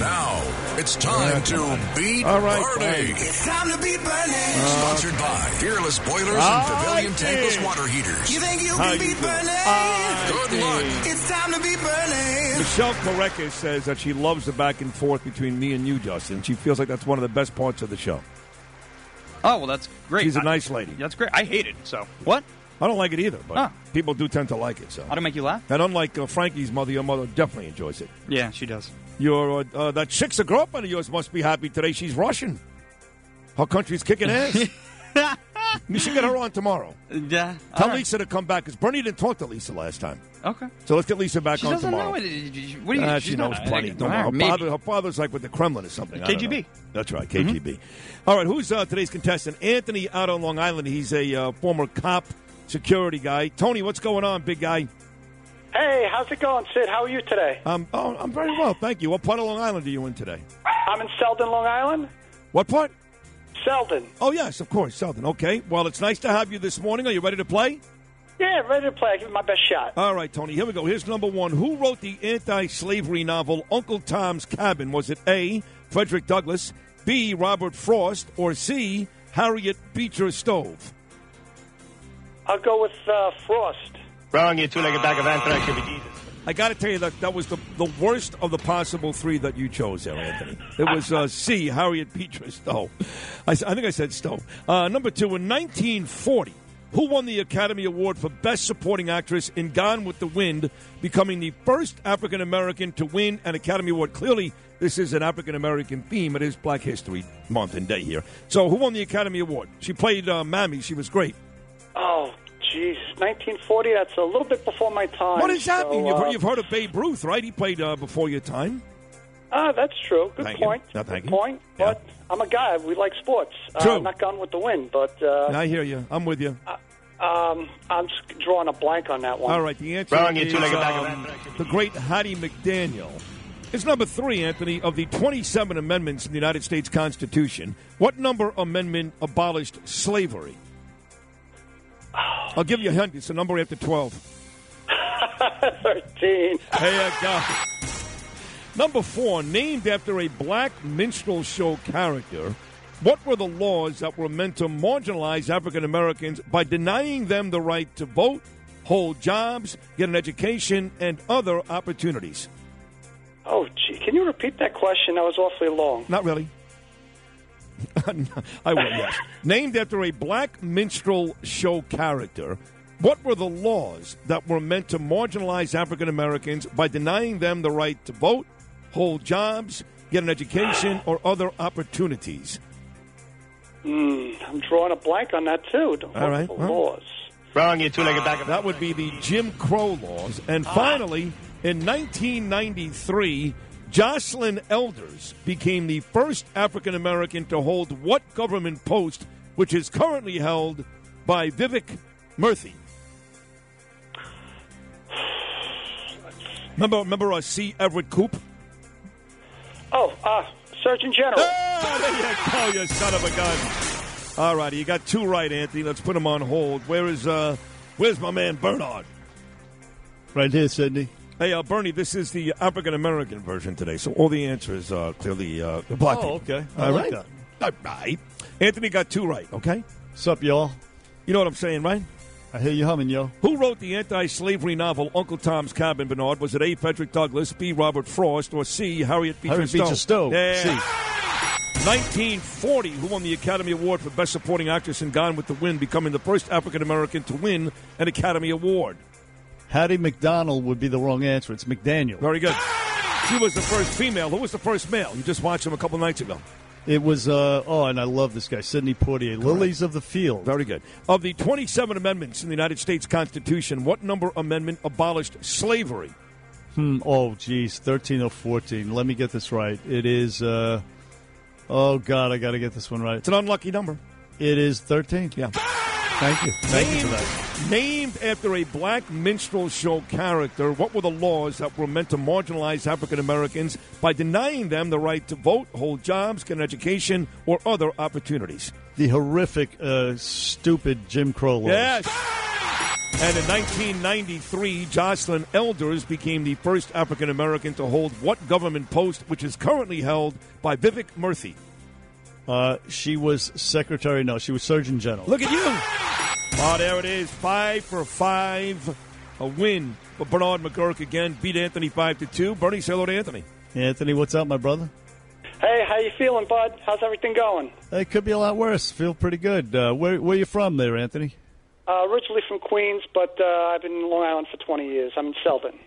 Now it's time to beat All right, Bernie. fine. It's time to beat Bernie. Uh, Sponsored by Fearless Boilers All and Pavilion right, Tankless then. Water Heaters. You think you How you Ah, doing? I Good luck. think- It's time to beat Bernie. Michelle Correca says that she loves the back and forth between me and you, Dustin. She feels like that's one of the best parts of the show. Oh well, that's great. She's a I- nice lady. That's great. I hate it. So what? I don't like it either, but Huh. people do tend to like it. So, How to make you laugh? and unlike uh, Frankie's mother, your mother definitely enjoys it. Yeah, she does. Your uh, uh, that chick's a girlfriend of yours must be happy today. She's Russian. Her country's kicking ass. you should get her on tomorrow. Uh, Yeah. Tell Lisa to come back because Bernie didn't talk to Lisa last time. Okay. So let's get Lisa back She on doesn't tomorrow. know it. What do you? Ah, she's she knows not, plenty. Don't All worry. right, her, maybe. father, her father's like with the Kremlin or something. I don't KGB. know. That's right, KGB. Mm-hmm. All right, who's uh, today's contestant? Anthony out on Long Island. He's a uh, former cop, security guy. Tony, what's going on, big guy? Hey, how's it going, Sid? How are you today? Um, oh, I'm very well, thank you. What part of Long Island are you in today? I'm in Selden, Long Island. What part? Selden. Oh, yes, of course, Southern. Okay. Well, it's nice to have you this morning. Are you ready to play? Yeah, ready to play. I give it my best shot. All right, Tony, here we go. Here's number one. Who wrote the anti slavery novel Uncle Tom's Cabin? Was it A. Frederick Douglass, B. Robert Frost, or C. Harriet Beecher Stove? I'll go with uh, Frost. Wrong, you two-legged bag of anthrax, you'll be Jesus. I got to tell you that that was the, the worst of the possible three that you chose there, Anthony. It was uh, C. Harriet Beecher Stowe. I, s- I think I said Stowe. Uh, number two, in 1940, who won the Academy Award for Best Supporting Actress in Gone with the Wind, becoming the first African American to win an Academy Award? Clearly, this is an African American theme. It is Black History Month and Day here. So, who won the Academy Award? She played uh, Mammy. She was great. Oh, jeez. 1940, that's a little bit before my time. What does that so, mean? You've, uh, heard- you've heard of Babe Ruth, right? He played uh, before your time. Ah, that's true. Good Thank you. point. No, thank Good you. point. Yeah. But I'm a guy. We like sports. Uh, True. I'm not gone with the wind, but uh, I hear you. I'm with you. um, I'm just drawing a blank on that one. All right, the answer Wrong, you is two-legged bag of um, anthrax. the great Hattie McDaniel. It's number three, Anthony, of the 27 amendments in the United States Constitution. What number amendment abolished slavery? I'll give you a hint. It's a number after 12. 13. There you go. Number four, named after a black minstrel show character, what were the laws that were meant to marginalize African Americans by denying them the right to vote, hold jobs, get an education, and other opportunities? Oh, gee. Can you repeat that question? That was awfully long. Not really. I will, yes. Named after a black minstrel show character, what were the laws that were meant to marginalize African Americans by denying them the right to vote, hold jobs, get an education, or other opportunities? Hmm. I'm drawing a blank on that, too. All right, The well. laws. Wrong, you two-legged bag of That would be the Jim Crow laws. And finally, in 1993, Jocelyn Elders became the first African American to hold what government post, which is currently held by Vivek Murthy. Remember, remember uh, C. Everett Koop? Oh, uh, Surgeon General. Oh, there you go, you son of a gun. All righty, you got two right, Anthony. Let's put him on hold. Where is uh, where's my man Bernard? Right here, Sydney. Hey, uh, Bernie, this is the African American version today, so all the answers are clearly uh, black. Oh, people. okay. I all like right. All right. Anthony got two right, okay? Sup, y'all? You know what I'm saying, right? I hear you humming, yo. Who wrote the anti slavery novel Uncle Tom's Cabin, Bernard? Was it A. Frederick Douglass, B. Robert Frost, or C. Harriet Beecher Harriet Stowe? Beecher Stowe. Yeah. C. 1940, who won the Academy Award for Best Supporting Actress in Gone with the Wind, becoming the first African American to win an Academy Award. Hattie McDonald would be the wrong answer. It's McDaniel. Very good. She was the first female. Who was the first male? You just watched him a couple nights ago. It was, uh, oh, and I love this guy, Sidney Poitier. Lilies of the Field. Very good. Of the 27 amendments in the United States Constitution, what number amendment abolished slavery? Hmm, oh, geez, 13 or 14. Let me get this right. It is, uh, oh, God, I got to get this one right. It's an unlucky number. It is 13. Yeah. Thank you. Thank you for that. Named after a black minstrel show character, what were the laws that were meant to marginalize African Americans by denying them the right to vote, hold jobs, get an education, or other opportunities? The horrific, uh, stupid Jim Crow laws. Yes. And in 1993, Jocelyn Elders became the first African American to hold what government post, which is currently held by Vivek Murthy. Uh, she was secretary, no, she was surgeon general. Look at you! Oh, there it is. Five for five. A win for Bernard McGurk again. Beat Anthony 5 to 2. Bernie, say hello to Anthony. Anthony, what's up, my brother? Hey, how you feeling, bud? How's everything going? It could be a lot worse. Feel pretty good. Uh, where, where you from there, Anthony? Uh, originally from Queens, but uh, I've been in Long Island for 20 years. I'm in Selden.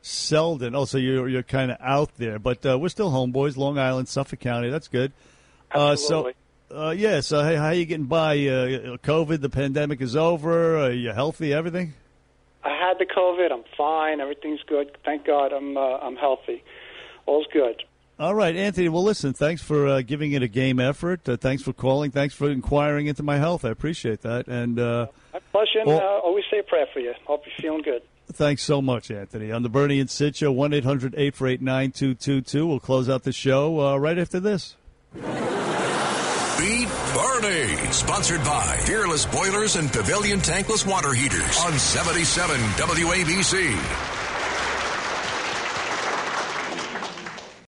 Selden. Oh, so you're you're kind of out there, but uh, we're still homeboys. Long Island, Suffolk County. That's good. Absolutely. Uh, so, uh, yeah. So, hey, how you getting by? Uh, COVID, the pandemic is over. Uh, you healthy? Everything? I had the COVID. I'm fine. Everything's good. Thank God. I'm uh, I'm healthy. All's good. All right, Anthony. Well, listen. Thanks for uh, giving it a game effort. Uh, thanks for calling. Thanks for inquiring into my health. I appreciate that. And uh, I bless you. And, Well- uh, always say a prayer for you. Hope you're feeling good. Thanks so much, Anthony. On the Bernie and Sid Show, 1 800 848 9222. We'll close out the show uh, right after this. Beat Bernie. Sponsored by Fearless Boilers and Pavilion Tankless Water Heaters on 77 WABC.